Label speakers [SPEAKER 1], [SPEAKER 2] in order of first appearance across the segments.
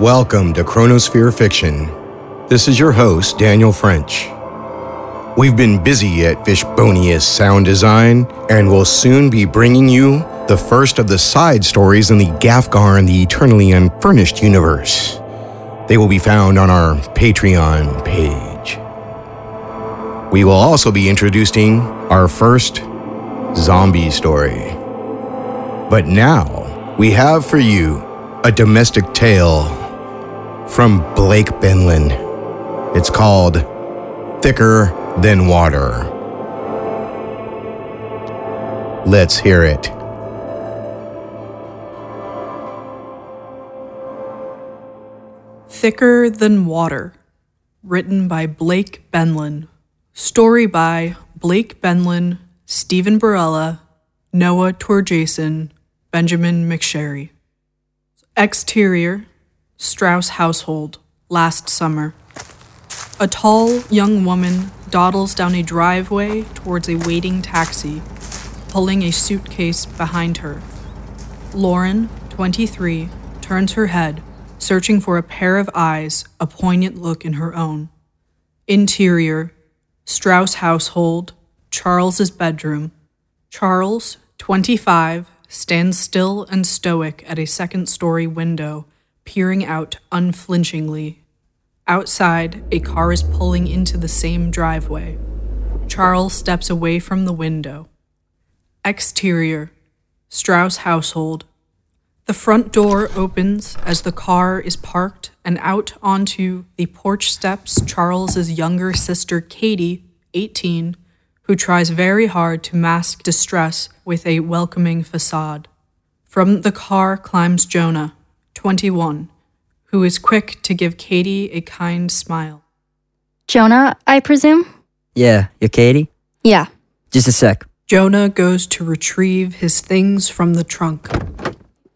[SPEAKER 1] Welcome to Chronosphere Fiction. This is your host, Daniel French. We've been busy at Fishbonius Sound Design and will soon be bringing you the first of the side stories in the Gafgar and the Eternally Unfurnished universe. They will be found on our Patreon page. We will also be introducing our first zombie story. But now, we have for you a domestic tale from Blake Benlin. It's called Thicker Than Water. Let's hear it.
[SPEAKER 2] Thicker Than Water, written by Blake Benlin. Story by Blake Benlin, Stephen Barella, Noah Torjason, Benjamin McSherry. Exterior Strauss household, last summer. A tall young woman dawdles down a driveway towards a waiting taxi, pulling a suitcase behind her. Lauren, 23, turns her head, searching for a pair of eyes, a poignant look in her own. Interior Strauss household, Charles's bedroom. Charles, 25, stands still and stoic at a second story window, peering out unflinchingly. Outside, a car is pulling into the same driveway. Charles steps away from the window. Exterior Strauss household. The front door opens as the car is parked, and out onto the porch steps Charles's younger sister Katie, 18, who tries very hard to mask distress with a welcoming facade. From the car climbs Jonah, 21, who is quick to give Katie a kind smile.
[SPEAKER 3] Jonah, I presume?
[SPEAKER 4] Yeah, you're Katie?
[SPEAKER 3] Yeah.
[SPEAKER 4] Just a sec.
[SPEAKER 2] Jonah goes to retrieve his things from the trunk.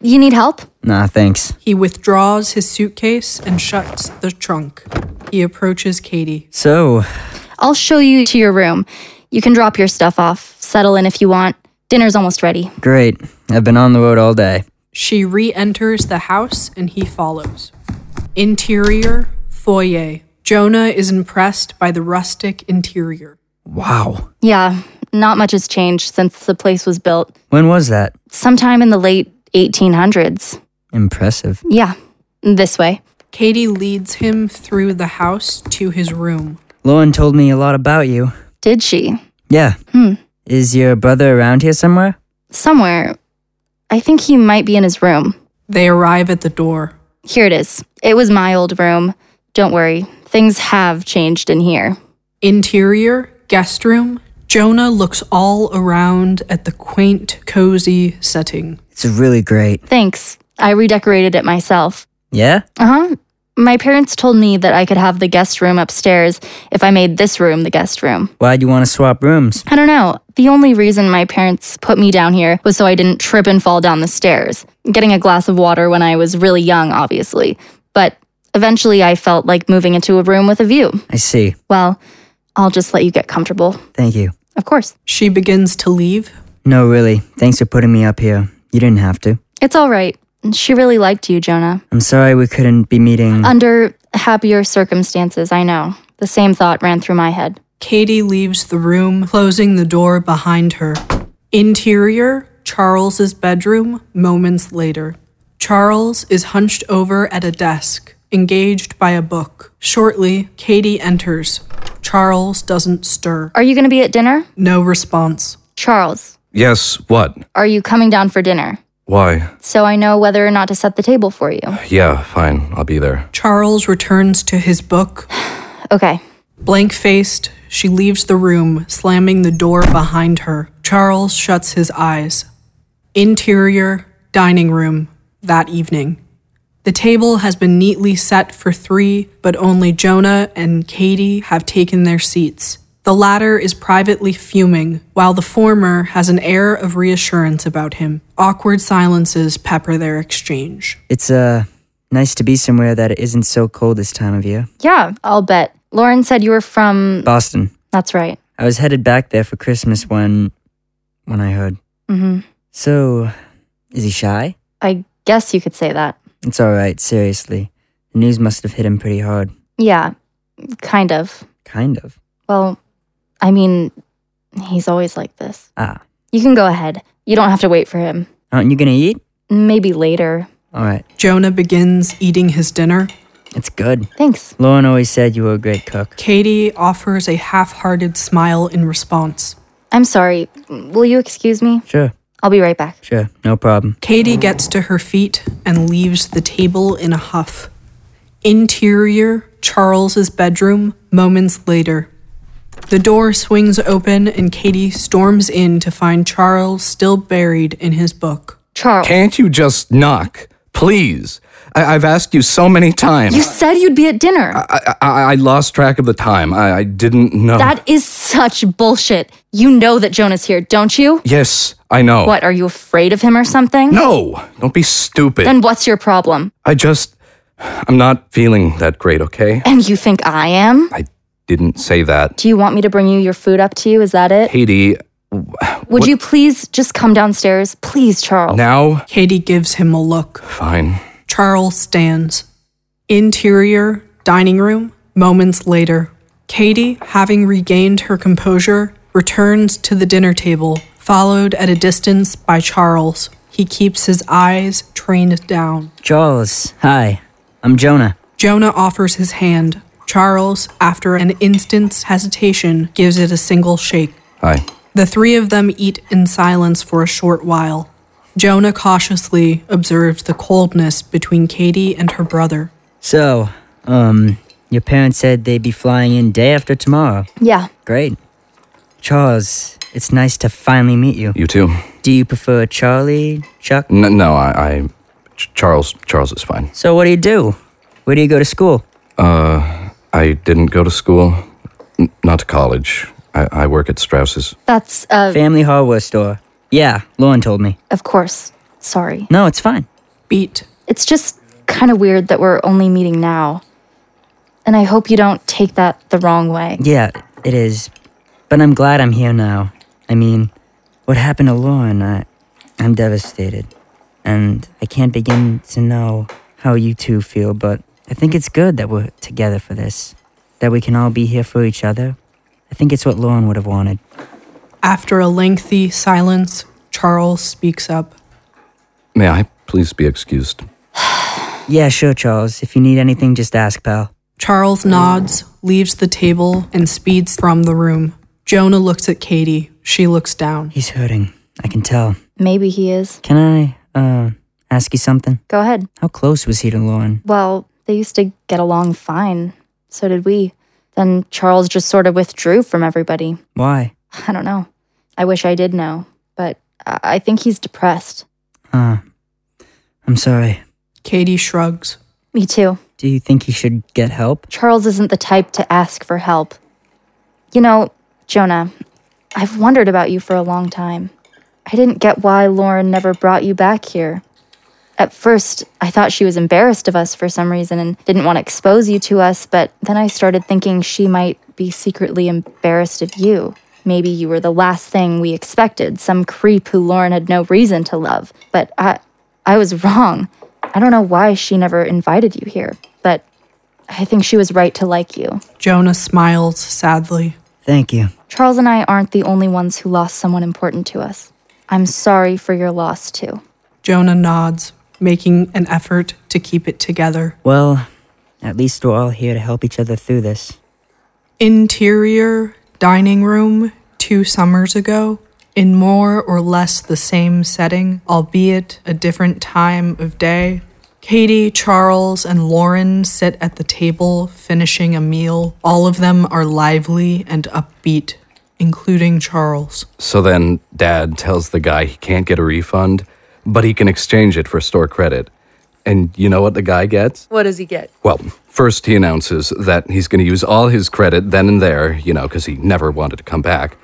[SPEAKER 3] You need help?
[SPEAKER 4] Nah, thanks.
[SPEAKER 2] He withdraws his suitcase and shuts the trunk. He approaches Katie.
[SPEAKER 4] So,
[SPEAKER 3] I'll show you to your room. You can drop your stuff off, settle in if you want. Dinner's almost ready.
[SPEAKER 4] great. I've been on the road all day.
[SPEAKER 2] She re enters the house and he follows. Interior foyer. Jonah is impressed by the rustic interior.
[SPEAKER 4] Wow.
[SPEAKER 3] Yeah, not much has changed since the place was built,
[SPEAKER 4] When was that?
[SPEAKER 3] sometime in the late 1800s.
[SPEAKER 4] Impressive.
[SPEAKER 3] Yeah, this way.
[SPEAKER 2] Katie leads him through the house to his room.
[SPEAKER 4] Lauren told me a lot about you.
[SPEAKER 3] Did she?
[SPEAKER 4] Yeah.
[SPEAKER 3] Hmm.
[SPEAKER 4] Is your brother around here somewhere?
[SPEAKER 3] Somewhere. I think he might be in his room.
[SPEAKER 2] They arrive at the door.
[SPEAKER 3] Here it is. It was my old room. Don't worry, things have changed in here.
[SPEAKER 2] Interior, guest room. Jonah looks all around at the quaint, cozy setting.
[SPEAKER 4] It's really great.
[SPEAKER 3] Thanks. I redecorated it myself.
[SPEAKER 4] Yeah?
[SPEAKER 3] Uh huh. My parents told me that I could have the guest room upstairs if I made this room the guest room.
[SPEAKER 4] Why'd you want to swap rooms?
[SPEAKER 3] I don't know. The only reason my parents put me down here was so I didn't trip and fall down the stairs, getting a glass of water when I was really young, obviously. But eventually I felt like moving into a room with a view.
[SPEAKER 4] I see.
[SPEAKER 3] Well, I'll just let you get comfortable.
[SPEAKER 4] Thank you.
[SPEAKER 3] Of course.
[SPEAKER 2] She begins to leave.
[SPEAKER 4] No, really. Thanks for putting me up here. You didn't have to.
[SPEAKER 3] It's all right. She really liked you, Jonah.
[SPEAKER 4] I'm sorry we couldn't be meeting.
[SPEAKER 3] Uh, Under happier circumstances, I know. The same thought ran through my head.
[SPEAKER 2] Katie leaves the room, closing the door behind her. Interior, Charles's bedroom, moments later. Charles is hunched over at a desk, engaged by a book. Shortly, Katie enters. Charles doesn't stir.
[SPEAKER 3] Are you going to be at dinner?
[SPEAKER 2] No response.
[SPEAKER 3] Charles,
[SPEAKER 5] Yes, what?
[SPEAKER 3] are you coming down for dinner?
[SPEAKER 5] Why?
[SPEAKER 3] so I know whether or not to set the table for you.
[SPEAKER 5] Yeah, fine, I'll be there.
[SPEAKER 2] Charles returns to his book.
[SPEAKER 3] Okay.
[SPEAKER 2] Blank faced, she leaves the room, slamming the door behind her. Charles shuts his eyes. Interior, dining room, that evening. The table has been neatly set for three, but only Jonah and Katie have taken their seats. The latter is privately fuming, while the former has an air of reassurance about him. Awkward silences pepper their exchange.
[SPEAKER 4] It's, uh, nice to be somewhere that isn't so cold this time of year.
[SPEAKER 3] Yeah, I'll bet. Lauren said you were from.
[SPEAKER 4] Boston.
[SPEAKER 3] That's right.
[SPEAKER 4] I was headed back there for Christmas when. when I heard.
[SPEAKER 3] hmm
[SPEAKER 4] So, is he shy?
[SPEAKER 3] I guess you could say that.
[SPEAKER 4] It's all right, seriously. News must have hit him pretty hard.
[SPEAKER 3] Yeah, kind of.
[SPEAKER 4] Kind of.
[SPEAKER 3] Well, I mean, he's always like this.
[SPEAKER 4] Ah.
[SPEAKER 3] You can go ahead. You don't have to wait for him.
[SPEAKER 4] Aren't you gonna eat?
[SPEAKER 3] Maybe later.
[SPEAKER 4] All right.
[SPEAKER 2] Jonah begins eating his dinner.
[SPEAKER 4] It's good.
[SPEAKER 3] Thanks.
[SPEAKER 4] Lauren always said you were a great cook.
[SPEAKER 2] Katie offers a half hearted smile in response.
[SPEAKER 3] I'm sorry. Will you excuse me?
[SPEAKER 4] Sure,
[SPEAKER 3] I'll be right back.
[SPEAKER 4] sure. No problem.
[SPEAKER 2] Katie gets to her feet and leaves the table in a huff. Interior, Charles's bedroom, moments later. The door swings open and Katie storms in to find Charles still buried in his book.
[SPEAKER 3] Charles.
[SPEAKER 5] Can't you just knock? Please. I- I've asked you so many times.
[SPEAKER 3] You said you'd be at dinner.
[SPEAKER 5] I-, I-, I lost track of the time. I, I didn't know.
[SPEAKER 3] that is such bullshit. You know that Jonah's here, don't you?
[SPEAKER 5] yes, I know.
[SPEAKER 3] What, are you afraid of him or something?
[SPEAKER 5] No, don't be stupid.
[SPEAKER 3] Then what's your problem?
[SPEAKER 5] I just. I'm not feeling that great, okay?
[SPEAKER 3] And you think I am?
[SPEAKER 5] I didn't say that.
[SPEAKER 3] Do you want me to bring you your food up to you? Is that it?
[SPEAKER 5] Katie,
[SPEAKER 3] Would you please just come downstairs? Please, Charles.
[SPEAKER 5] now?
[SPEAKER 2] Katie gives him a look.
[SPEAKER 5] Fine.
[SPEAKER 2] Charles stands. Interior, dining room, moments later. Katie, having regained her composure, returns to the dinner table, followed at a distance by Charles. He keeps his eyes trained down.
[SPEAKER 4] Charles, hi. I'm Jonah.
[SPEAKER 2] Jonah offers his hand. Charles, after an instant's hesitation, gives it a single shake.
[SPEAKER 5] Hi.
[SPEAKER 2] The three of them eat in silence for a short while. Jonah cautiously observes the coldness between Katie and her brother.
[SPEAKER 4] So, um, your parents said they'd be flying in day after tomorrow.
[SPEAKER 3] yeah.
[SPEAKER 4] Great. Charles, it's nice to finally meet you.
[SPEAKER 5] You too.
[SPEAKER 4] Do you prefer Charlie, Chuck?
[SPEAKER 5] N- no, I, I. Ch- Charles. Charles is fine.
[SPEAKER 4] So, what do you do? Where do you go to school?
[SPEAKER 5] I didn't go to school, n- not to college. I, I work at Strauss's.
[SPEAKER 3] That's, uh,
[SPEAKER 4] Family hardware store. Yeah, Lauren told me.
[SPEAKER 3] of course. Sorry.
[SPEAKER 4] No, it's fine.
[SPEAKER 2] Beat
[SPEAKER 3] It's just kind of weird that we're only meeting now. And I hope you don't take that the wrong way.
[SPEAKER 4] Yeah, it is. But I'm glad I'm here now. I mean, what happened to Lauren? I, I'm devastated. And I can't begin to know how you two feel, but I think it's good that we're together for this. That we can all be here for each other. I think it's what Lauren would have wanted.
[SPEAKER 2] After a lengthy silence, Charles speaks up.
[SPEAKER 5] May I please be excused?
[SPEAKER 4] Yeah, sure, Charles. If you need anything, just ask, pal.
[SPEAKER 2] Charles nods, leaves the table, and speeds from the room. Jonah looks at Katie. She looks down.
[SPEAKER 4] He's hurting. I can tell.
[SPEAKER 3] Maybe he is.
[SPEAKER 4] Can I, uh, ask you something?
[SPEAKER 3] Go ahead.
[SPEAKER 4] How close was he to Lauren?
[SPEAKER 3] Well, they used to get along fine. So did we. Then Charles just sort of withdrew from everybody.
[SPEAKER 4] Why?
[SPEAKER 3] I don't know. I wish I did know, but I I think he's depressed.
[SPEAKER 4] Uh, I'm sorry.
[SPEAKER 2] Katie shrugs.
[SPEAKER 3] Me too.
[SPEAKER 4] Do you think he should get help?
[SPEAKER 3] Charles isn't the type to ask for help. You know, Jonah, I've wondered about you for a long time. I didn't get why Lauren never brought you back here. At first, I thought she was embarrassed of us for some reason and didn't want to expose you to us, but then I started thinking she might be secretly embarrassed of you. Maybe you were the last thing we expected, some creep who Lauren had no reason to love. But I I was wrong. I don't know why she never invited you here, but I think she was right to like you.
[SPEAKER 2] Jonah smiles sadly.
[SPEAKER 4] Thank you.
[SPEAKER 3] Charles and I aren't the only ones who lost someone important to us. I'm sorry for your loss, too.
[SPEAKER 2] Jonah nods, making an effort to keep it together.
[SPEAKER 4] Well, at least we're all here to help each other through this.
[SPEAKER 2] Interior, dining room, two summers ago, in more or less the same setting, albeit a different time of day. Katie, Charles, and Lauren sit at the table finishing a meal. All of them are lively and upbeat, including Charles.
[SPEAKER 5] So then, Dad tells the guy he can't get a refund, but he can exchange it for store credit. And you know what the guy gets?
[SPEAKER 6] What does he get?
[SPEAKER 5] Well, first he announces that he's going to use all his credit then and there, you know, because he never wanted to come back.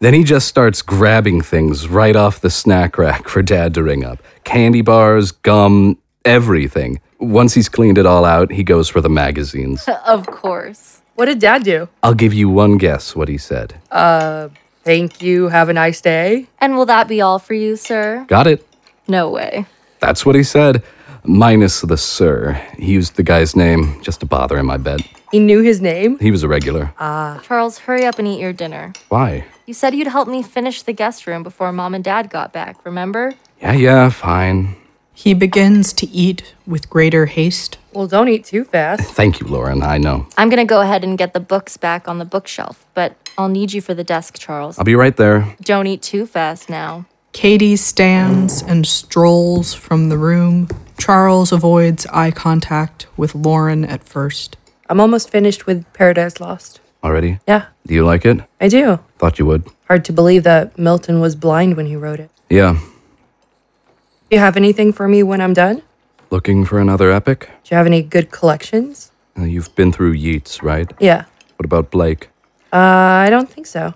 [SPEAKER 5] Then he just starts grabbing things right off the snack rack for Dad to ring up candy bars, gum, everything. Once he's cleaned it all out, he goes for the magazines.
[SPEAKER 3] Of course.
[SPEAKER 6] What did dad do?
[SPEAKER 5] I'll give you one guess what he said.
[SPEAKER 6] Thank you. Have a nice day.
[SPEAKER 3] And will that be all for you, sir?
[SPEAKER 5] Got it.
[SPEAKER 3] No way.
[SPEAKER 5] That's what he said. minus the sir. He used the guy's name just to bother him, I bet.
[SPEAKER 6] He knew his name.
[SPEAKER 5] He was a regular.
[SPEAKER 3] Charles, hurry up and eat your dinner.
[SPEAKER 5] Why?
[SPEAKER 3] You said you'd help me finish the guest room before mom and dad got back, remember?
[SPEAKER 5] Yeah, yeah, fine.
[SPEAKER 2] He begins to eat with greater haste.
[SPEAKER 6] Well, don't eat too fast.
[SPEAKER 5] Thank you, Lauren. I know.
[SPEAKER 3] I'm gonna go ahead and get the books back on the bookshelf, but I'll need you for the desk, Charles.
[SPEAKER 5] I'll be right there.
[SPEAKER 3] Don't eat too fast now.
[SPEAKER 2] Katie stands and strolls from the room. Charles avoids eye contact with Lauren at first.
[SPEAKER 6] I'm almost finished with Paradise Lost.
[SPEAKER 5] Already?
[SPEAKER 6] Yeah,
[SPEAKER 5] Do you like it?
[SPEAKER 6] I do.
[SPEAKER 5] Thought you would.
[SPEAKER 6] Hard to believe that Milton was blind when he wrote it.
[SPEAKER 5] Yeah.
[SPEAKER 6] Do you have anything for me when I'm done?
[SPEAKER 5] Looking for another epic?
[SPEAKER 6] Do you have any good collections?
[SPEAKER 5] Uh, You've been through Yeats, right?
[SPEAKER 6] Yeah.
[SPEAKER 5] What about Blake?
[SPEAKER 6] Uh, I don't think so.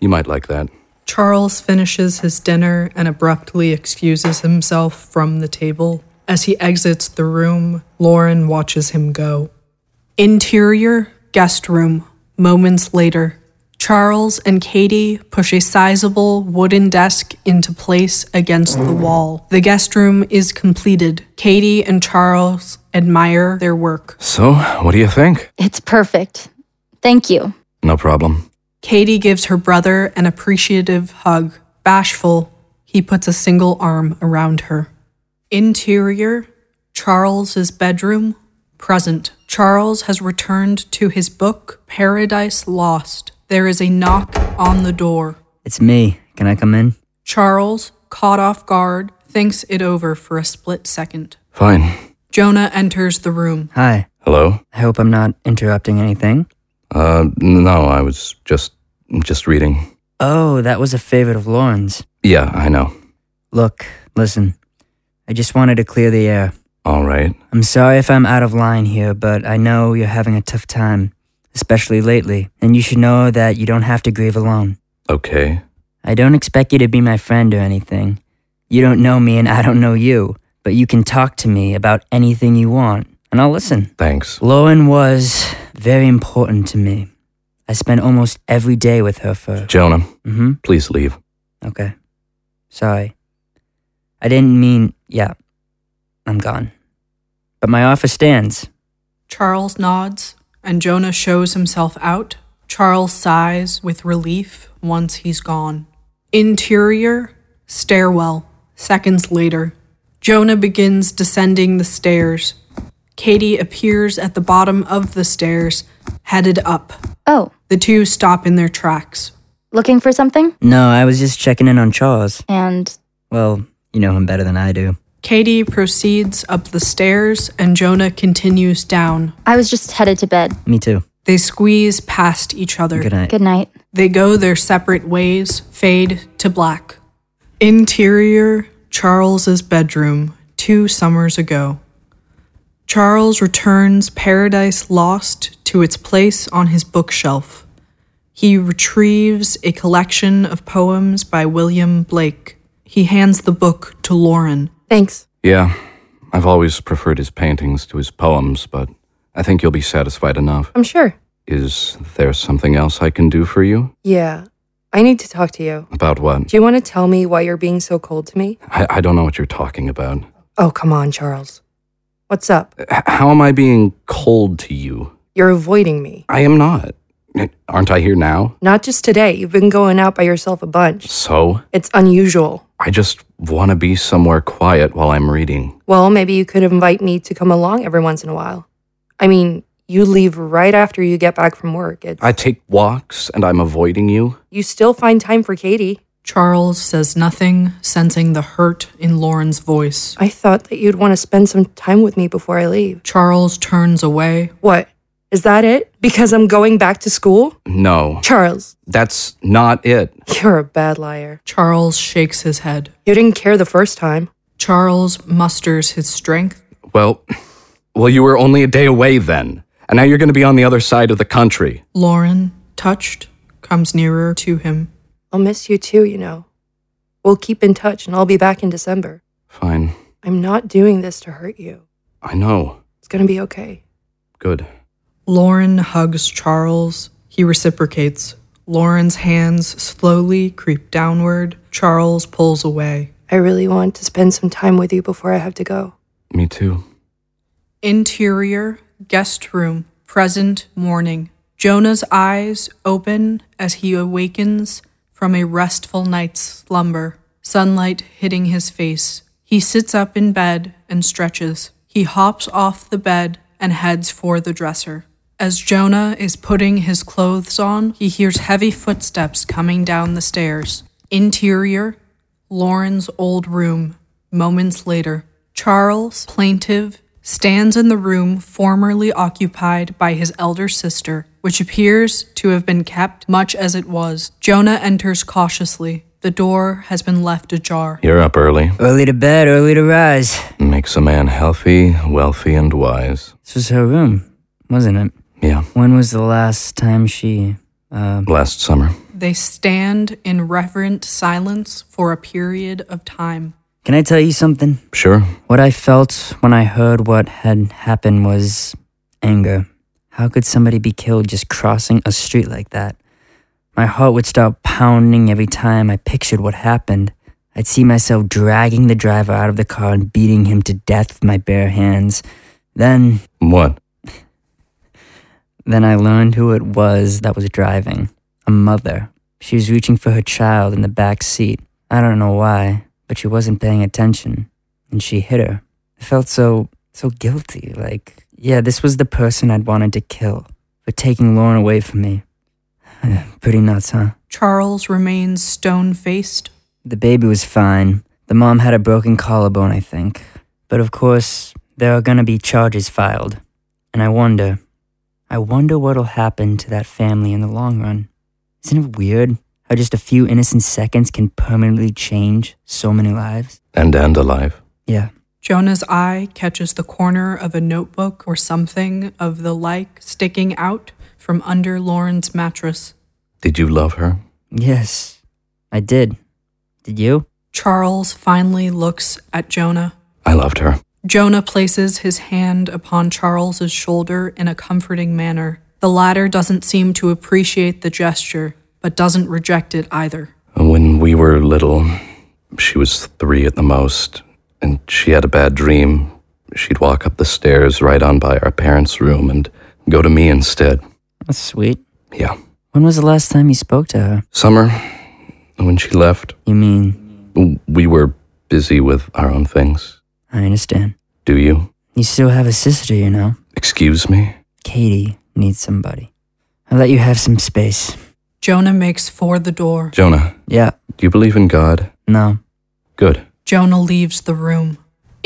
[SPEAKER 5] You might like that.
[SPEAKER 2] Charles finishes his dinner and abruptly excuses himself from the table. As he exits the room, Lauren watches him go. Interior guest room. Moments later, Charles and Katie push a sizable wooden desk into place against the wall. The guest room is completed. Katie and Charles admire their work.
[SPEAKER 5] So, what do you think?
[SPEAKER 3] It's perfect. Thank you.
[SPEAKER 5] No problem.
[SPEAKER 2] Katie gives her brother an appreciative hug. Bashful, he puts a single arm around her. Interior Charles's bedroom. Present. Charles has returned to his book, Paradise Lost. There is a knock on the door.
[SPEAKER 4] It's me. Can I come in?
[SPEAKER 2] Charles, caught off guard, thinks it over for a split second.
[SPEAKER 5] Fine.
[SPEAKER 2] Jonah enters the room.
[SPEAKER 4] Hi.
[SPEAKER 5] Hello?
[SPEAKER 4] I hope I'm not interrupting anything.
[SPEAKER 5] Uh, no, I was just just reading.
[SPEAKER 4] Oh, that was a favorite of Lauren's.
[SPEAKER 5] Yeah, I know.
[SPEAKER 4] Look, listen. I just wanted to clear the air.
[SPEAKER 5] All right.
[SPEAKER 4] I'm sorry if I'm out of line here, but I know you're having a tough time, especially lately, and you should know that you don't have to grieve alone.
[SPEAKER 5] Okay.
[SPEAKER 4] I don't expect you to be my friend or anything. You don't know me and I don't know you, but you can talk to me about anything you want, and I'll listen.
[SPEAKER 5] Thanks.
[SPEAKER 4] Lauren was very important to me. I spent almost every day with her for.
[SPEAKER 5] Jonah,
[SPEAKER 4] hmm.
[SPEAKER 5] please leave.
[SPEAKER 4] Okay. Sorry. I didn't mean, yeah, I'm gone. But my offer stands.
[SPEAKER 2] Charles nods, and Jonah shows himself out. Charles sighs with relief once he's gone. Interior, stairwell. Seconds later, Jonah begins descending the stairs. Katie appears at the bottom of the stairs, headed up.
[SPEAKER 3] Oh,
[SPEAKER 2] The two stop in their tracks.
[SPEAKER 3] looking for something?
[SPEAKER 4] No, I was just checking in on Charles.
[SPEAKER 3] And
[SPEAKER 4] Well, you know him better than I do.
[SPEAKER 2] Katie proceeds up the stairs, and Jonah continues down.
[SPEAKER 3] I was just headed to bed.
[SPEAKER 4] Me too.
[SPEAKER 2] They squeeze past each other.
[SPEAKER 4] Good night.
[SPEAKER 3] Good night.
[SPEAKER 2] They go their separate ways, fade to black. Interior Charles's bedroom, two summers ago. Charles returns Paradise Lost to its place on his bookshelf. He retrieves a collection of poems by William Blake. He hands the book to Lauren.
[SPEAKER 6] Thanks.
[SPEAKER 5] Yeah. I've always preferred his paintings to his poems, but I think you'll be satisfied enough.
[SPEAKER 6] I'm sure.
[SPEAKER 5] Is there something else I can do for you?
[SPEAKER 6] Yeah. I need to talk to you.
[SPEAKER 5] About what?
[SPEAKER 6] Do you want to tell me why you're being so cold to me?
[SPEAKER 5] I, I don't know what you're talking about.
[SPEAKER 6] Oh, come on, Charles. What's up?
[SPEAKER 5] H- how am I being cold to you?
[SPEAKER 6] You're avoiding me.
[SPEAKER 5] I am not. Aren't I here now?
[SPEAKER 6] Not just today. You've been going out by yourself a bunch.
[SPEAKER 5] So?
[SPEAKER 6] It's unusual.
[SPEAKER 5] I just want to be somewhere quiet while I'm reading.
[SPEAKER 6] Well, maybe you could invite me to come along every once in a while. I mean, you leave right after you get back from work. It's,
[SPEAKER 5] I take walks and I'm avoiding you.
[SPEAKER 6] you still find time for Katie.
[SPEAKER 2] Charles says nothing, sensing the hurt in Lauren's voice.
[SPEAKER 6] I thought that you'd want to spend some time with me before I leave.
[SPEAKER 2] Charles turns away.
[SPEAKER 6] What? Is that it? Because I'm going back to school?
[SPEAKER 5] No,
[SPEAKER 6] Charles,
[SPEAKER 5] that's not it.
[SPEAKER 6] you're a bad liar.
[SPEAKER 2] Charles shakes his head.
[SPEAKER 6] You didn't care the first time.
[SPEAKER 2] Charles musters his strength.
[SPEAKER 5] Well, well, you were only a day away then, and now you're going to be on the other side of the country.
[SPEAKER 2] Lauren, touched, comes nearer to him.
[SPEAKER 6] I'll miss you too, you know. We'll keep in touch and I'll be back in December.
[SPEAKER 5] Fine,
[SPEAKER 6] I'm not doing this to hurt you.
[SPEAKER 5] I know.
[SPEAKER 6] It's gonna be okay.
[SPEAKER 5] Good.
[SPEAKER 2] Lauren hugs Charles. He reciprocates. Lauren's hands slowly creep downward. Charles pulls away.
[SPEAKER 6] I really want to spend some time with you before I have to go.
[SPEAKER 5] Me too.
[SPEAKER 2] Interior guest room, present morning. Jonah's eyes open as he awakens from a restful night's slumber, sunlight hitting his face. He sits up in bed and stretches. He hops off the bed and heads for the dresser. As Jonah is putting his clothes on, he hears heavy footsteps coming down the stairs. Interior, Lauren's old room. Moments later, Charles, plaintive, stands in the room formerly occupied by his elder sister, which appears to have been kept much as it was. Jonah enters cautiously. The door has been left ajar.
[SPEAKER 5] You're up early.
[SPEAKER 4] Early to bed, early to rise.
[SPEAKER 5] Makes a man healthy, wealthy, and wise.
[SPEAKER 4] This was her room, wasn't it?
[SPEAKER 5] Yeah.
[SPEAKER 4] When was the last time she. Uh,
[SPEAKER 5] Last summer.
[SPEAKER 2] They stand in reverent silence for a period of time.
[SPEAKER 4] can I tell you something?
[SPEAKER 5] Sure.
[SPEAKER 4] What I felt when I heard what had happened was anger. How could somebody be killed just crossing a street like that? My heart would start pounding every time I pictured what happened. I'd see myself dragging the driver out of the car and beating him to death with my bare hands. Then,
[SPEAKER 5] What?
[SPEAKER 4] then I learned who it was that was driving. A mother. She was reaching for her child in the back seat. I don't know why, but she wasn't paying attention, and she hit her. I felt so so guilty. Like, yeah, this was the person I'd wanted to kill for taking Lauren away from me. Pretty nuts, huh?
[SPEAKER 2] Charles remains stone faced.
[SPEAKER 4] The baby was fine. The mom had a broken collarbone, I think. But of course, there are gonna be charges filed. And I wonder, I wonder what'll happen to that family in the long run. Isn't it weird how just a few innocent seconds can permanently change so many lives?
[SPEAKER 5] And and alive.
[SPEAKER 4] Yeah.
[SPEAKER 2] Jonah's eye catches the corner of a notebook or something of the like sticking out from under Lauren's mattress.
[SPEAKER 5] Did you love her?
[SPEAKER 4] Yes, I did. Did you?
[SPEAKER 2] Charles finally looks at Jonah.
[SPEAKER 5] I loved her.
[SPEAKER 2] Jonah places his hand upon Charles's shoulder in a comforting manner. The latter doesn't seem to appreciate the gesture, but doesn't reject it either.
[SPEAKER 5] When we were little, she was three at the most, and she had a bad dream. She'd walk up the stairs right on by our parents' room and go to me instead.
[SPEAKER 4] That's sweet.
[SPEAKER 5] Yeah.
[SPEAKER 4] When was the last time you spoke to her?
[SPEAKER 5] Summer, when she left,
[SPEAKER 4] You mean,
[SPEAKER 5] we were busy with our own things.
[SPEAKER 4] I understand.
[SPEAKER 5] Do you?
[SPEAKER 4] You still have a sister, you know?
[SPEAKER 5] Excuse me?
[SPEAKER 4] Katie needs somebody. I'll let you have some space.
[SPEAKER 2] Jonah makes for the door.
[SPEAKER 5] Jonah,
[SPEAKER 4] Yeah,
[SPEAKER 5] do you believe in God?
[SPEAKER 4] no.
[SPEAKER 5] Good.
[SPEAKER 2] Jonah leaves the room.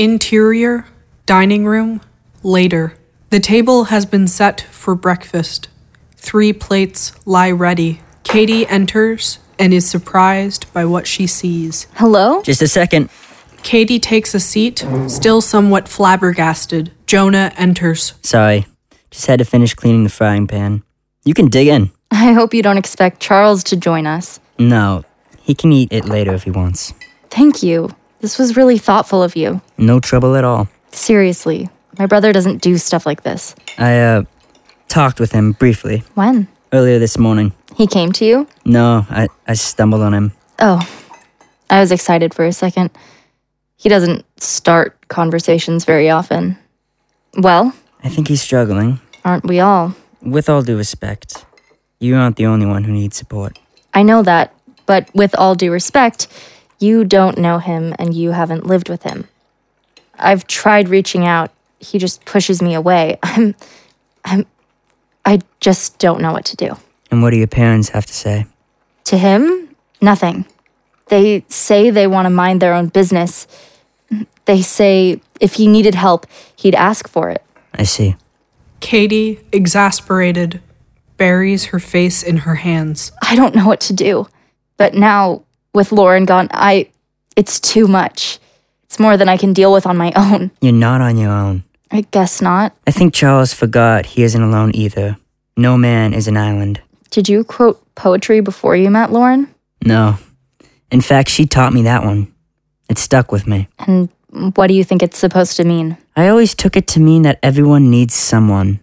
[SPEAKER 2] Interior, dining room, later. The table has been set for breakfast. Three plates lie ready. Katie enters and is surprised by what she sees.
[SPEAKER 3] Hello?
[SPEAKER 4] Just a second.
[SPEAKER 2] Katie takes a seat, still somewhat flabbergasted. Jonah enters.
[SPEAKER 4] Sorry. Just had to finish cleaning the frying pan. You can dig in.
[SPEAKER 3] I hope you don't expect Charles to join us.
[SPEAKER 4] No, he can eat it later if he wants.
[SPEAKER 3] Thank you. This was really thoughtful of you.
[SPEAKER 4] No trouble at all.
[SPEAKER 3] Seriously, my brother doesn't do stuff like this.
[SPEAKER 4] I, uh, talked with him briefly
[SPEAKER 3] When?
[SPEAKER 4] earlier this morning.
[SPEAKER 3] He came to you?
[SPEAKER 4] No, I, I stumbled on him.
[SPEAKER 3] Oh, I was excited for a second. He doesn't start conversations very often. Well,
[SPEAKER 4] I think he's struggling.
[SPEAKER 3] aren't we all?
[SPEAKER 4] With all due respect, you aren't the only one who needs support.
[SPEAKER 3] I know that, but with all due respect, you don't know him and you haven't lived with him. I've tried reaching out. He just pushes me away. I'm I'm I just don't know what to do.
[SPEAKER 4] And what do your parents have to say?
[SPEAKER 3] To him, nothing. They say they want to mind their own business. They say if he needed help, he'd ask for it.
[SPEAKER 4] I see.
[SPEAKER 2] Katie, exasperated, buries her face in her hands.
[SPEAKER 3] I don't know what to do. But now with Lauren gone, I it's too much. It's more than I can deal with on my own.
[SPEAKER 4] You're not on your own.
[SPEAKER 3] I guess not.
[SPEAKER 4] I think Charles forgot he isn't alone either. No man is an island.
[SPEAKER 3] Did you quote poetry before you met Lauren?
[SPEAKER 4] No. In fact, she taught me that one. It stuck with me.
[SPEAKER 3] And what do you think it's supposed to mean?
[SPEAKER 4] I always took it to mean that everyone needs someone.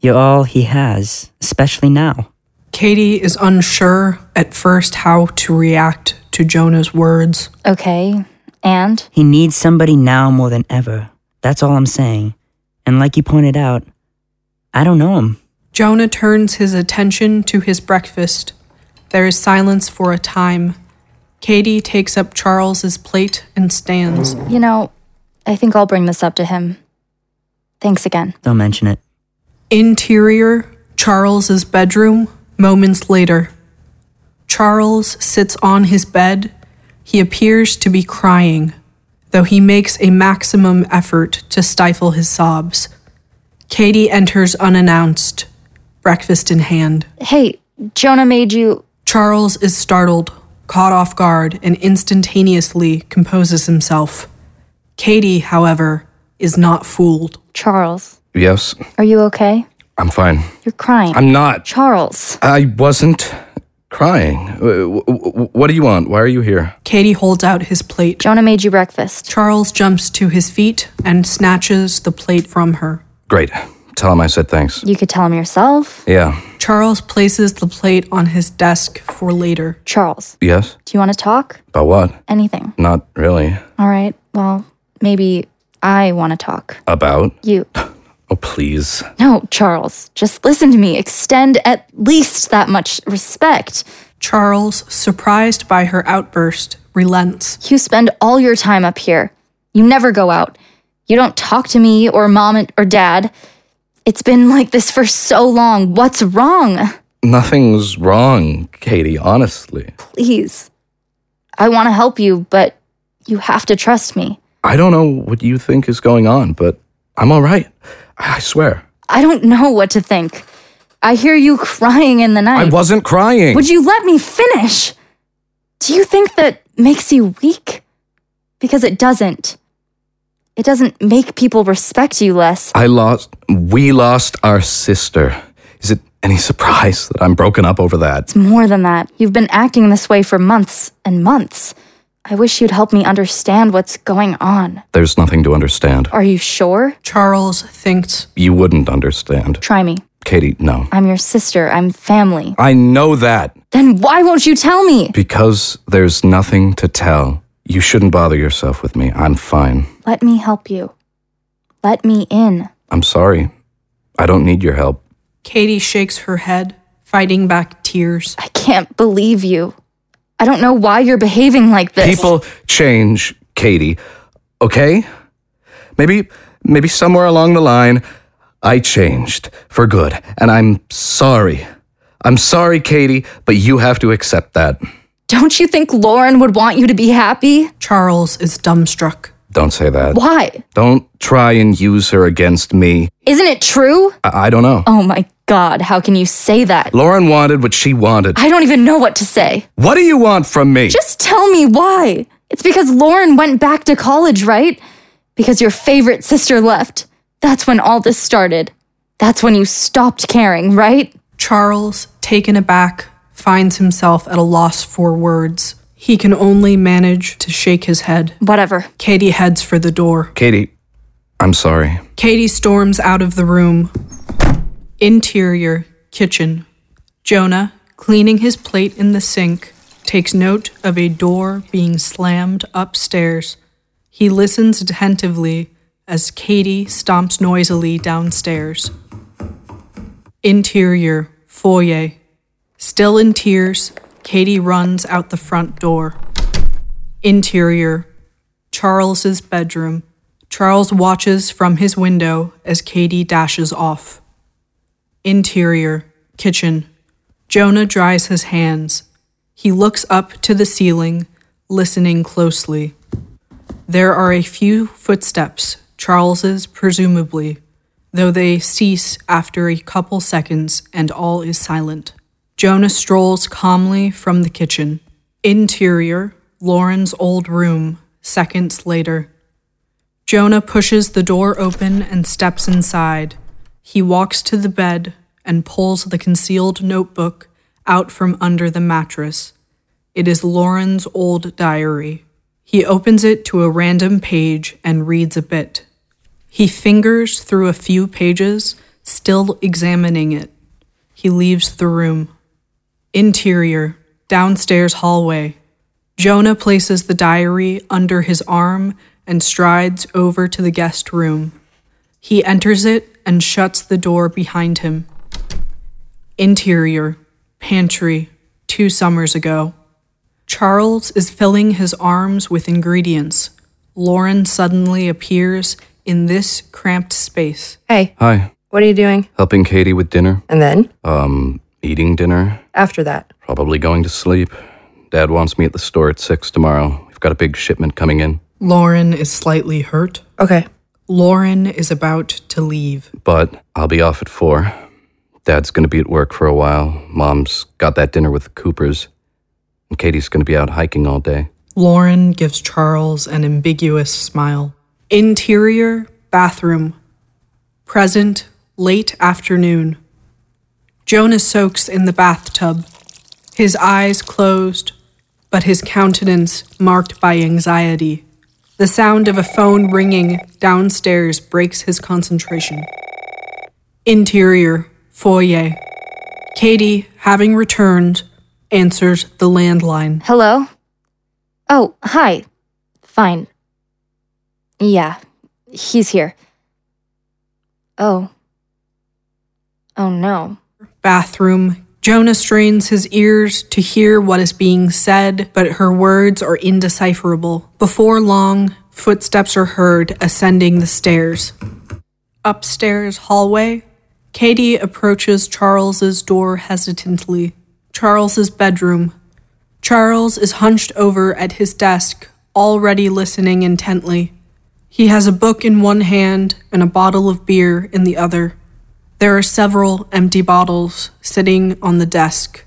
[SPEAKER 4] You're all he has, especially now.
[SPEAKER 2] Katie is unsure at first how to react to Jonah's words.
[SPEAKER 3] Okay, and
[SPEAKER 4] He needs somebody now more than ever. That's all I'm saying. And like you pointed out, I don't know him.
[SPEAKER 2] Jonah turns his attention to his breakfast. There is silence for a time. Katie takes up Charles's plate and stands.
[SPEAKER 3] You know, I think I'll bring this up to him. Thanks again.
[SPEAKER 4] Don't mention it.
[SPEAKER 2] Interior, Charles's bedroom, moments later. Charles sits on his bed. He appears to be crying, though he makes a maximum effort to stifle his sobs. Katie enters unannounced, breakfast in hand.
[SPEAKER 3] Hey, Jonah made you.
[SPEAKER 2] Charles is startled, caught off guard, and instantaneously composes himself. Katie, however, is not fooled.
[SPEAKER 3] Charles,
[SPEAKER 5] Yes,
[SPEAKER 3] are you okay?
[SPEAKER 5] I'm fine.
[SPEAKER 3] You're crying.
[SPEAKER 5] I'm not.
[SPEAKER 3] Charles,
[SPEAKER 5] I wasn't crying. W- w- w- What do you want? Why are you here?
[SPEAKER 2] Katie holds out his plate.
[SPEAKER 3] Jonah made you breakfast.
[SPEAKER 2] Charles jumps to his feet and snatches the plate from her.
[SPEAKER 5] Great. Tell him I said thanks.
[SPEAKER 3] You could tell him yourself.
[SPEAKER 5] Yeah.
[SPEAKER 2] Charles places the plate on his desk for later.
[SPEAKER 3] Charles,
[SPEAKER 5] Yes.
[SPEAKER 3] do you want to talk?
[SPEAKER 5] About what?
[SPEAKER 3] Anything.
[SPEAKER 5] Not really.
[SPEAKER 3] All right, well, maybe I want to talk.
[SPEAKER 5] About?
[SPEAKER 3] You.
[SPEAKER 5] Oh, please.
[SPEAKER 3] No, Charles, just listen to me. Extend at least that much respect.
[SPEAKER 2] Charles, surprised by her outburst, relents.
[SPEAKER 3] You spend all your time up here. You never go out. You don't talk to me or mom and- or dad. It's been like this for so long. What's wrong?
[SPEAKER 5] Nothing's wrong, Katie, honestly.
[SPEAKER 3] Please. I want to help you, but you have to trust me.
[SPEAKER 5] I don't know what you think is going on, but I'm all right. I I swear.
[SPEAKER 3] I don't know what to think. I hear you crying in the
[SPEAKER 5] I
[SPEAKER 3] night.
[SPEAKER 5] wasn't crying.
[SPEAKER 3] Would you let me finish? Do you think that makes you weak? Because it doesn't. It doesn't make people respect you less.
[SPEAKER 5] I lost. We lost our sister. Is it any surprise that I'm broken up over that?
[SPEAKER 3] It's more than that. You've been acting this way for months and months. I wish you'd help me understand what's going on.
[SPEAKER 5] There's nothing to understand.
[SPEAKER 3] Are you sure?
[SPEAKER 2] Charles thinks.
[SPEAKER 5] You wouldn't understand.
[SPEAKER 3] Try me.
[SPEAKER 5] Katie, no.
[SPEAKER 3] I'm your sister. I'm family.
[SPEAKER 5] I know that
[SPEAKER 3] Then why won't you tell me?
[SPEAKER 5] because there's nothing to tell. You shouldn't bother yourself with me. I'm fine.
[SPEAKER 3] Let me help you. Let me in.
[SPEAKER 5] I'm sorry. I don't need your help.
[SPEAKER 2] Katie shakes her head, fighting back tears.
[SPEAKER 3] I can't believe you. I don't know why you're behaving like this.
[SPEAKER 5] People change, Katie. Okay? Maybe maybe somewhere along the line I changed for good, and I'm sorry. I'm sorry, Katie, but you have to accept that.
[SPEAKER 3] Don't you think Lauren would want you to be happy?
[SPEAKER 2] Charles is dumbstruck.
[SPEAKER 5] Don't say that.
[SPEAKER 3] Why?
[SPEAKER 5] Don't try and use her against me.
[SPEAKER 3] Isn't it true?
[SPEAKER 5] I, I don't know.
[SPEAKER 3] Oh my God, how can you say that?
[SPEAKER 5] Lauren wanted what she wanted.
[SPEAKER 3] I don't even know what to say.
[SPEAKER 5] what do you want from me?
[SPEAKER 3] Just tell me why. It's because Lauren went back to college, right? Because your favorite sister left. That's when all this started. That's when you stopped caring, right?
[SPEAKER 2] Charles, taken aback, finds himself at a loss for words. He can only manage to shake his head.
[SPEAKER 3] Whatever.
[SPEAKER 2] Katie heads for the door.
[SPEAKER 5] Katie, I'm sorry.
[SPEAKER 2] Katie storms out of the room. Interior, kitchen. Jonah, cleaning his plate in the sink, takes note of a door being slammed upstairs. He listens attentively as Katie stomps noisily downstairs. Interior, foyer. Still in tears, Katie runs out the front door. Interior, Charles's bedroom. Charles watches from his window as Katie dashes off. Interior, kitchen. Jonah dries his hands. He looks up to the ceiling, listening closely. There are a few footsteps, Charles's presumably, though they cease after a couple seconds and all is silent. Jonah strolls calmly from the kitchen. Interior, Lauren's old room, seconds later. Jonah pushes the door open and steps inside. He walks to the bed and pulls the concealed notebook out from under the mattress. It is Lauren's old diary. He opens it to a random page and reads a bit. He fingers through a few pages, still examining it. He leaves the room. Interior, downstairs hallway. Jonah places the diary under his arm and strides over to the guest room. He enters it and shuts the door behind him. Interior, pantry, two summers ago. Charles is filling his arms with ingredients. Lauren suddenly appears in this cramped space.
[SPEAKER 6] Hey,
[SPEAKER 5] Hi.
[SPEAKER 6] what are you doing?
[SPEAKER 5] Helping Katie with dinner?
[SPEAKER 6] And then,
[SPEAKER 5] Um, eating dinner?
[SPEAKER 6] after that,
[SPEAKER 5] Probably going to sleep. Dad wants me at the store at 6 tomorrow. We've got a big shipment coming in.
[SPEAKER 2] Lauren is slightly hurt.
[SPEAKER 6] okay,
[SPEAKER 2] Lauren is about to leave.
[SPEAKER 5] But I'll be off at 4. Dad's going to be at work for a while. Mom's got that dinner with the Coopers. And Katie's going to be out hiking all day.
[SPEAKER 2] Lauren gives Charles an ambiguous smile. Interior bathroom. Present late afternoon. Jonas soaks in the bathtub, his eyes closed, but his countenance marked by anxiety. The sound of a phone ringing downstairs breaks his concentration. Interior foyer. Katie, having returned, answers the landline.
[SPEAKER 3] Hello? Oh, hi. Fine. Yeah, he's here. Oh. Oh no.
[SPEAKER 2] bathroom. Jonah strains his ears to hear what is being said, but her words are indecipherable. Before long, footsteps are heard ascending the stairs. Upstairs hallway, Katie approaches Charles's door hesitantly. Charles's bedroom. Charles is hunched over at his desk, already listening intently. He has a book in one hand and a bottle of beer in the other. There are several empty bottles sitting on the desk.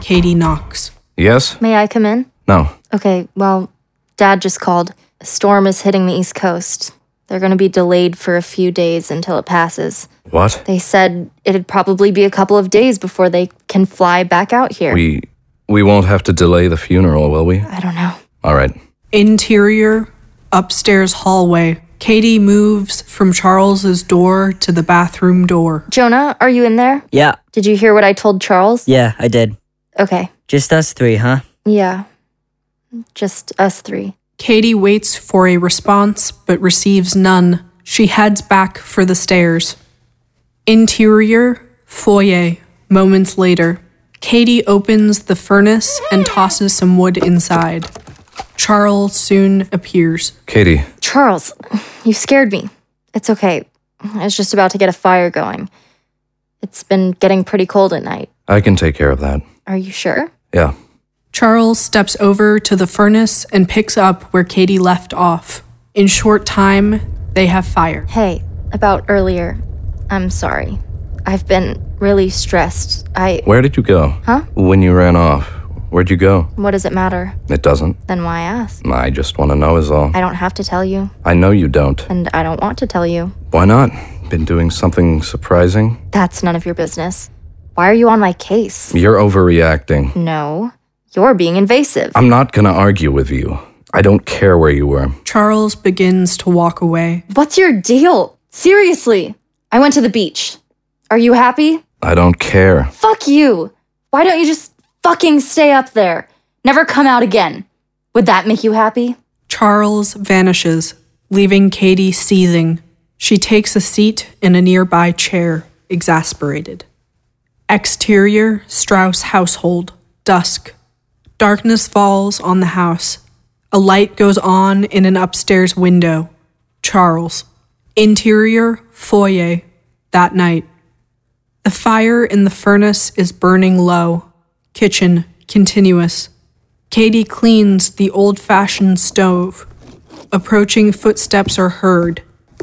[SPEAKER 2] Katie knocks.
[SPEAKER 5] Yes?
[SPEAKER 3] May I come in?
[SPEAKER 5] No.
[SPEAKER 3] Okay, well, Dad just called. A storm is hitting the East Coast. They're going to be delayed for a few days until it passes.
[SPEAKER 5] What?
[SPEAKER 3] They said it'd probably be a couple of days before they can fly back out here.
[SPEAKER 5] We we won't have to delay the funeral, will we?
[SPEAKER 3] I don't know.
[SPEAKER 5] All right.
[SPEAKER 2] Interior, upstairs hallway. Katie moves from Charles's door to the bathroom door.
[SPEAKER 3] Jonah, are you in there?
[SPEAKER 4] Yeah,
[SPEAKER 3] Did you hear what I told Charles?
[SPEAKER 4] yeah, I did.
[SPEAKER 3] Okay.
[SPEAKER 4] Just us three, huh?
[SPEAKER 3] Yeah. Just us three.
[SPEAKER 2] Katie waits for a response but receives none. She heads back for the stairs. Interior, foyer. Moments later, Katie opens the furnace and tosses some wood inside. Charles soon appears.
[SPEAKER 5] Katie,
[SPEAKER 3] Charles, you scared me. It's okay. I was just about to get a fire going. It's been getting pretty cold at night.
[SPEAKER 5] I can take care of that.
[SPEAKER 3] Are you sure?
[SPEAKER 5] Yeah.
[SPEAKER 2] Charles steps over to the furnace and picks up where Katie left off. In short time, they have fire.
[SPEAKER 3] Hey, about earlier. I'm sorry. I've been really stressed. I.
[SPEAKER 5] Where did you go? Huh? When you ran off. Where'd you go?
[SPEAKER 3] What does it matter?
[SPEAKER 5] It doesn't.
[SPEAKER 3] Then why ask?
[SPEAKER 5] I just want to know is all.
[SPEAKER 3] I don't have to tell you,
[SPEAKER 5] I know you don't.
[SPEAKER 3] and I don't want to tell you.
[SPEAKER 5] Why not? Been doing something surprising?
[SPEAKER 3] That's none of your business. Why are you on my case?
[SPEAKER 5] You're overreacting.
[SPEAKER 3] No, you're being invasive.
[SPEAKER 5] I'm not going to argue with you. I don't care where you were.
[SPEAKER 2] Charles begins to walk away.
[SPEAKER 3] What's your deal? Seriously, I went to the beach. Are you happy?
[SPEAKER 5] I don't care.
[SPEAKER 3] Fuck you. Why don't you just fucking stay up there? Never come out again. Would that make you happy?
[SPEAKER 2] Charles vanishes, leaving Katie seething. She takes a seat in a nearby chair, exasperated. Exterior Strauss household, dusk. Darkness falls on the house. A light goes on in an upstairs window. Charles. Interior foyer, that night. The fire in the furnace is burning low. Kitchen, continuous. Katie cleans the old fashioned stove. Approaching footsteps are heard.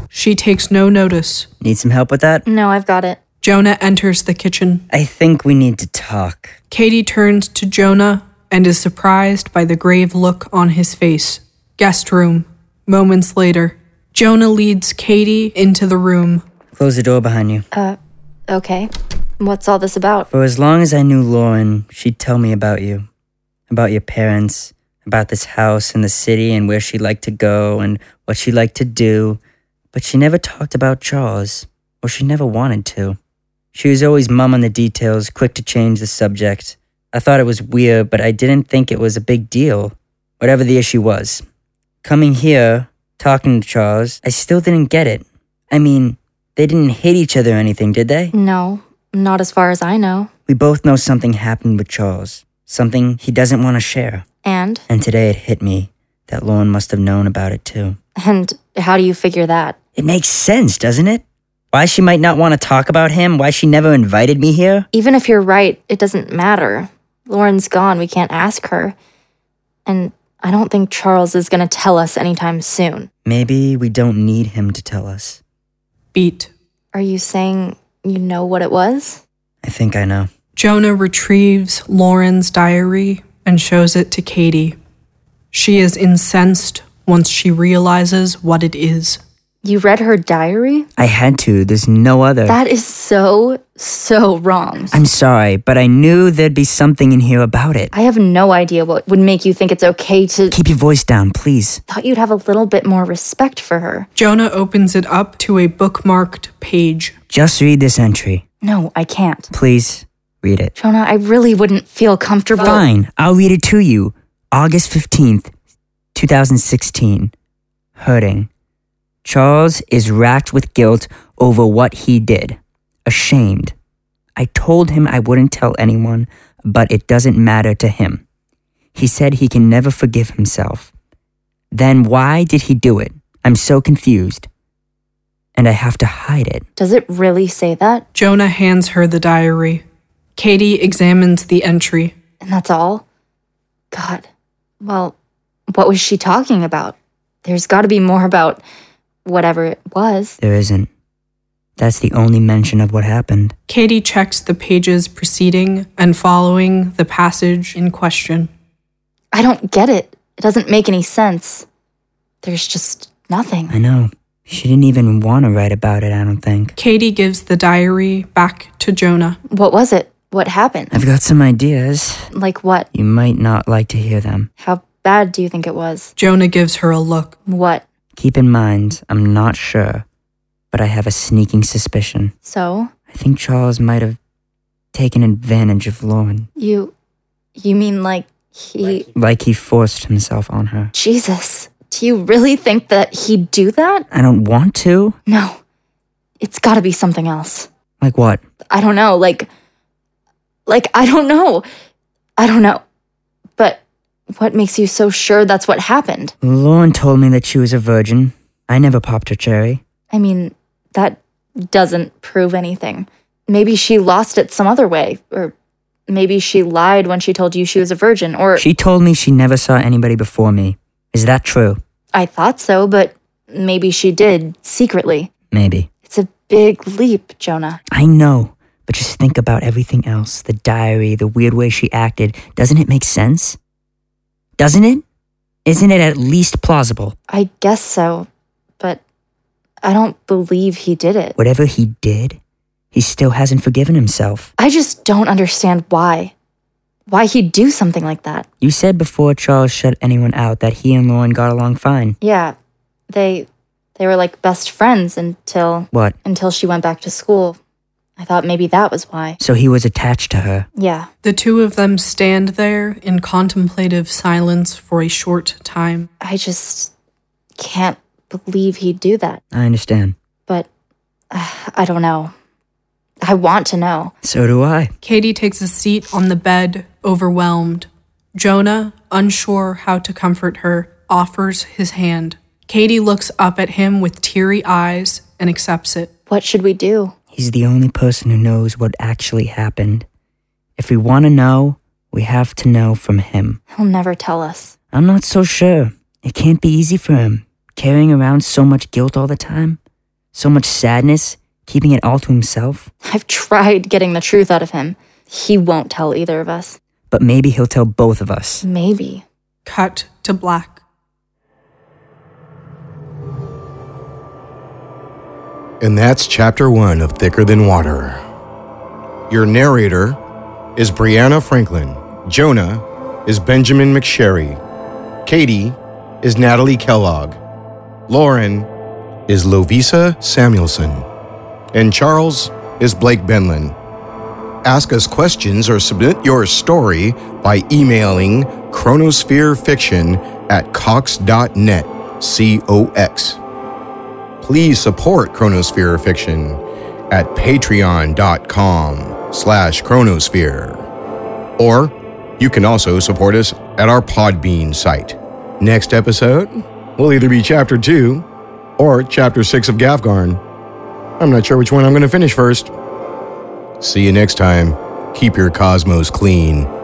[SPEAKER 2] She takes no notice.
[SPEAKER 4] Need some help with that?
[SPEAKER 3] No, I've got it.
[SPEAKER 2] Jonah enters the kitchen.
[SPEAKER 4] I think we need to talk.
[SPEAKER 2] Katie turns to Jonah and is surprised by the grave look on his face. Guest room. Moments later, Jonah leads Katie into the room.
[SPEAKER 4] Close the door behind you.
[SPEAKER 3] Okay. What's all this about?
[SPEAKER 4] For as long as I knew Lauren, she'd tell me about you, about your parents, about this house and the city and where she liked to go and what she liked to do. But she never talked about Charles, or she never wanted to. She was always mum on the details, quick to change the subject. I thought it was weird, but I didn't think it was a big deal, whatever the issue was. Coming here, talking to Charles, I still didn't get it. I mean, they didn't hate each other or anything, did they?
[SPEAKER 3] No, not as far as I know.
[SPEAKER 4] We both know something happened with Charles, something he doesn't want to share.
[SPEAKER 3] And?
[SPEAKER 4] And today it hit me that Lauren must have known about it too.
[SPEAKER 3] And how do you figure that?
[SPEAKER 4] It makes sense, doesn't it? Why she might not want to talk about him, why she never invited me here?
[SPEAKER 3] Even if you're right, it doesn't matter. Lauren's gone. We can't ask her. And I don't think Charles is going to tell us anytime soon.
[SPEAKER 4] Maybe we don't need him to tell us.
[SPEAKER 2] Beat.
[SPEAKER 3] Are you saying you know what it was?
[SPEAKER 4] I think I know.
[SPEAKER 2] Jonah retrieves Lauren's diary and shows it to Katie. She is incensed once she realizes what it is.
[SPEAKER 3] You read her diary?
[SPEAKER 4] I had to. There's no other.
[SPEAKER 3] That is so, so wrong.
[SPEAKER 4] I'm sorry, but I knew there'd be something in here about it.
[SPEAKER 3] I have no idea what would make you think it's okay to.
[SPEAKER 4] Keep your voice down, please.
[SPEAKER 3] Thought you'd have a little bit more respect for her.
[SPEAKER 2] Jonah opens it up to a bookmarked page.
[SPEAKER 4] Just read this entry.
[SPEAKER 3] No, I can't.
[SPEAKER 4] Please read it.
[SPEAKER 3] Jonah, I really wouldn't feel comfortable.
[SPEAKER 4] Fine, I'll read it to you. August 15th, 2016. Hurting. Charles is racked with guilt over what he did. Ashamed. I told him I wouldn't tell anyone, but it doesn't matter to him. He said he can never forgive himself. Then why did he do it? I'm so confused. And I have to hide it.
[SPEAKER 3] Does it really say that?
[SPEAKER 2] Jonah hands her the diary. Katie examines the entry.
[SPEAKER 3] And that's all? God. Well, what was she talking about? There's got to be more about whatever it was.
[SPEAKER 4] There isn't. That's the only mention of what happened.
[SPEAKER 2] Katie checks the pages preceding and following the passage in question.
[SPEAKER 3] I don't get it. It doesn't make any sense. There's just nothing.
[SPEAKER 4] I know. She didn't even want to write about it, I don't think.
[SPEAKER 2] Katie gives the diary back to Jonah.
[SPEAKER 3] What was it? What happened?
[SPEAKER 4] I've got some ideas.
[SPEAKER 3] Like what?
[SPEAKER 4] You might not like to hear them.
[SPEAKER 3] How bad do you think it was?
[SPEAKER 2] Jonah gives her a look.
[SPEAKER 3] What?
[SPEAKER 4] Keep in mind, I'm not sure, but I have a sneaking suspicion.
[SPEAKER 3] So?
[SPEAKER 4] I think Charles might have taken advantage of Lauren,
[SPEAKER 3] You. You mean like he.
[SPEAKER 4] like he forced himself on her.
[SPEAKER 3] Jesus. Do you really think that he'd do that?
[SPEAKER 4] I don't want to.
[SPEAKER 3] No. It's gotta be something else.
[SPEAKER 4] Like what?
[SPEAKER 3] I don't know. Like, like, I don't know. I don't know. But what makes you so sure that's what happened?
[SPEAKER 4] Lauren told me that she was a virgin. I never popped her cherry.
[SPEAKER 3] I mean, that doesn't prove anything. Maybe she lost it some other way, or maybe she lied when she told you she was a virgin, or
[SPEAKER 4] She told me she never saw anybody before me. Is that true?
[SPEAKER 3] I thought so, but maybe she did secretly.
[SPEAKER 4] Maybe.
[SPEAKER 3] It's a big leap, Jonah.
[SPEAKER 4] I know, but just think about everything else the diary, the weird way she acted. Doesn't it make sense? Doesn't it? Isn't it at least plausible?
[SPEAKER 3] I guess so, but I don't believe he did it.
[SPEAKER 4] Whatever he did, he still hasn't forgiven himself.
[SPEAKER 3] I just don't understand why. Why he'd do something like that.
[SPEAKER 4] You said before Charles shut anyone out that he and Lauren got along fine.
[SPEAKER 3] Yeah. They they were like best friends until
[SPEAKER 4] What?
[SPEAKER 3] until she went back to school. I thought maybe that was why.
[SPEAKER 4] So he was attached to her.
[SPEAKER 3] Yeah.
[SPEAKER 2] The two of them stand there in contemplative silence for a short time.
[SPEAKER 3] I just can't believe he'd do that.
[SPEAKER 4] I understand.
[SPEAKER 3] But uh, I don't know. I want to know.
[SPEAKER 4] So do I.
[SPEAKER 2] Katie takes a seat on the bed, overwhelmed. Jonah, unsure how to comfort her, offers his hand. Katie looks up at him with teary eyes and accepts it.
[SPEAKER 3] What should we do?
[SPEAKER 4] He's the only person who knows what actually happened. If we want to know, we have to know from him.
[SPEAKER 3] He'll never tell us.
[SPEAKER 4] I'm not so sure. It can't be easy for him, carrying around so much guilt all the time, so much sadness, keeping it all to himself.
[SPEAKER 3] I've tried getting the truth out of him. He won't tell either of us.
[SPEAKER 4] But maybe he'll tell both of us.
[SPEAKER 3] Maybe.
[SPEAKER 2] Cut to black.
[SPEAKER 1] And that's chapter one of Thicker Than Water. Your narrator is Brianna Franklin. Jonah is Benjamin McSherry. Katie is Natalie Kellogg. Lauren is Lovisa Samuelson. And Charles is Blake Benlin. Ask us questions or submit your story by emailing chronospherefiction at cox.net. C O X. Please support Chronosphere Fiction at patreon.com slash chronosphere. Or you can also support us at our Podbean site. Next episode will either be Chapter 2 or Chapter 6 of Gafgarn. I'm not sure which one I'm going to finish first. See you next time. Keep your cosmos clean.